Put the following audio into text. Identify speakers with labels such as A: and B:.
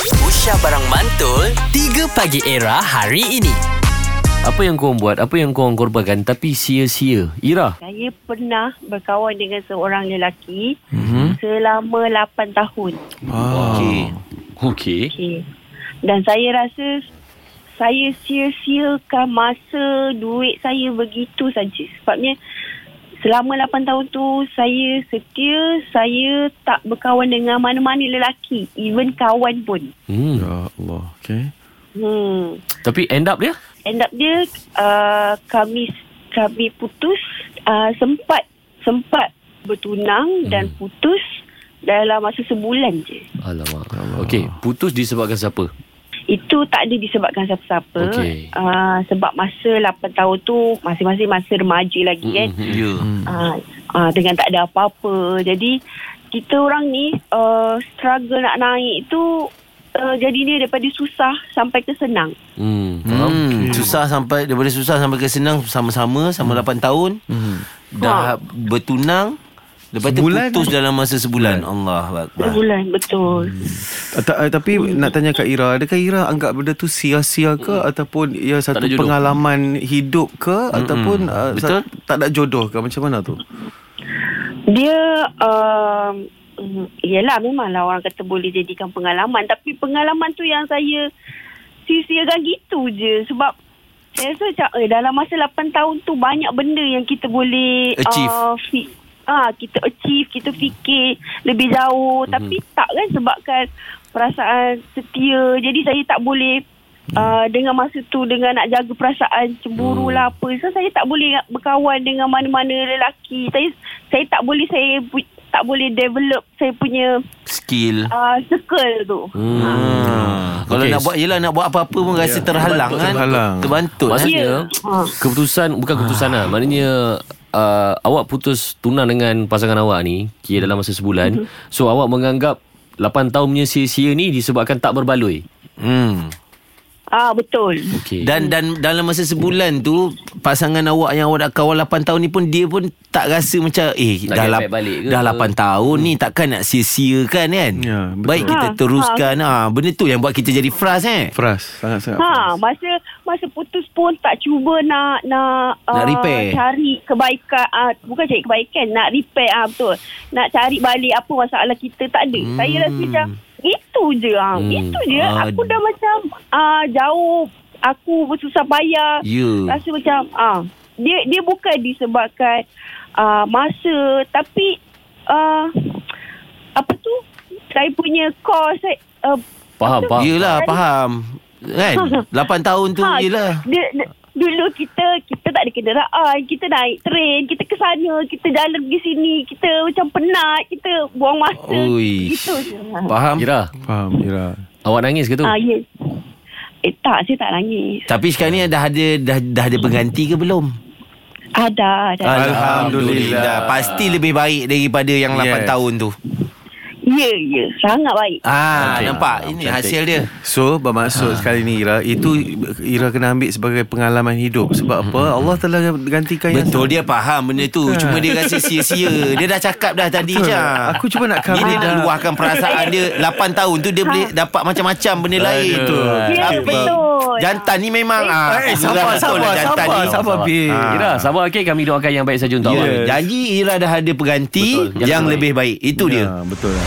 A: Aisyah Barang Mantul 3 Pagi Era hari ini
B: Apa yang korang buat Apa yang korang korbankan Tapi sia-sia Ira
C: Saya pernah berkawan dengan seorang lelaki mm-hmm. selama 8 tahun.
B: wow. Okey Ah. Okey
C: Okay. Dan saya rasa saya sia-siakan masa duit saya begitu saja. Sebabnya selama 8 tahun tu saya setia, saya tak berkawan dengan mana-mana lelaki, even kawan pun.
B: hmm.
D: Ya Allah Okay
C: Hmm.
B: Tapi end up dia
C: End up dia uh, kami kami putus uh, sempat sempat bertunang hmm. dan putus dalam masa sebulan je.
B: Alamak Okey Putus disebabkan siapa
C: Itu tak ada disebabkan siapa-siapa.
B: Okey.
C: Uh, sebab masa 8 tahun tu masing-masing masa remaja lagi kan.
B: Ya yeah.
C: Uh, uh, dengan tak ada apa-apa. Jadi kita orang ni uh, struggle nak naik tu uh, jadinya daripada susah sampai ke senang.
B: hmm. Faham
E: Hmm, susah sampai daripada susah sampai ke senang sama-sama sama 8 tahun. Hmm. Dah bertunang lepas
D: Sebulan.
E: tu putus dalam masa sebulan. Allah Akbar.
C: Sebulan betul.
D: Ah, tak, ah, Tapi nak tanya Kak Ira Adakah Ira anggap benda tu sia-sia ke Ataupun ya
B: ada
D: satu
B: jodoh.
D: pengalaman hidup ke Ataupun ah,
E: Betul.
D: sa- tak ada jodoh ke Macam mana tu
C: Dia um, mm, Yelah memanglah orang kata boleh jadikan pengalaman Tapi pengalaman tu yang saya Sisiakan gitu je Sebab Saya rasa macam eh, Dalam masa 8 tahun tu Banyak benda yang kita boleh
E: Achieve.
C: uh, fi- Ah, kita achieve, kita fikir lebih jauh mm-hmm. tapi tak kan sebabkan perasaan setia. Jadi saya tak boleh uh, dengan masa tu dengan nak jaga perasaan cemburu lah apa. So saya tak boleh nak berkawan dengan mana-mana lelaki. Saya saya tak boleh saya pu- tak boleh develop saya punya
E: Skill.
C: uh, circle tu.
B: Hmm.
E: Ah. Kalau
B: Okey. Ya.
E: nak buat yelah nak buat apa-apa pun rasa terhalang kan.
D: terhalang.
E: Terbantut. kan?
B: Maksudnya
C: Ah.
B: Keputusan Bukan keputusan lah Maknanya uh, Awak putus tunang dengan pasangan awak ni Kira dalam masa sebulan So awak menganggap 8 tahun punya sia-sia ni Disebabkan tak berbaloi
E: Hmm.
C: Ah betul.
B: Okey
E: Dan dan dalam masa sebulan tu pasangan awak yang awak nak kawan 8 tahun ni pun dia pun tak rasa macam
B: Nak
E: eh dah
B: get
E: lap,
B: back balik ke? Hmm.
E: dah 8 tahun ni takkan nak sia-siakan kan.
D: Ya, betul.
E: Baik kita
C: Ha,
E: teruskan. Ah ha, benda tu yang buat kita jadi frust eh.
D: Fras
C: Ha,
D: Sangat-sangat fras.
C: masa masa putus pun tak cuba nak nak, uh,
E: Nak repair.
C: cari kebaikan uh, bukan cari kebaikan, nak repair ah uh, betul. Nak cari balik apa masalah kita tak ada. Hmm. Saya rasa macam itu je ah.
B: Hmm.
C: Hmm. Itu je.
E: Ah.
C: Aku dah macam uh, jauh aku bersusah payah.
E: Ya.
C: Rasa macam ah uh, dia dia bukan disebabkan uh, masa tapi uh, apa tu saya punya kos saya uh,
B: Faham, faham.
E: Yelah faham. Kan? 8 tahun tu ha. yelah.
C: Dia, dia, dulu kita kita tak ada kenderaan, kita naik train, kita ke sana, kita jalan pergi sini, kita macam penat, kita buang masa.
E: Ui.
C: Gitu je.
E: Faham?
B: Ira
D: Faham Ira
B: Awak nangis ke tu
C: Ah, yes. Eh tak, saya tak nangis.
E: Tapi sekarang ni dah ada dah, dah ada pengganti ke belum?
C: Ada, ada.
E: Ah.
D: Alhamdulillah.
E: Pasti lebih baik daripada yang 8
D: Yes.
E: tahun tu.
C: Ya, ya. Sangat baik.
E: Ah,
B: Cantik.
E: nampak ini
B: Cantik.
E: hasil dia.
D: So bermaksud sekali ni Ira Itu Ira kena ambil sebagai pengalaman hidup Sebab apa Allah telah gantikan yang
E: Betul dia faham benda tu Cuma dia rasa sia-sia Dia dah cakap dah tadi je
D: Aku cuba nak
E: Ni dia
D: cover
E: dah
D: dah.
E: luahkan perasaan dia 8 tahun tu dia boleh dapat macam-macam benda lain
D: Betul.
C: Ya,
E: Tapi
C: betul.
E: Jantan ni memang ah,
D: Eh,
E: betul lah
D: sabar, sabar,
E: jantan
D: sabar,
E: ni.
D: sabar, babe.
E: Ah. Ya,
B: Ira sabar okay Kami doakan yang baik saja untuk awak
D: Yes.
E: Janji Ira dah ada peganti
B: Betul. Yang
E: Yang, yang
B: baik.
E: lebih baik Itu dia
D: Ya, Betul lah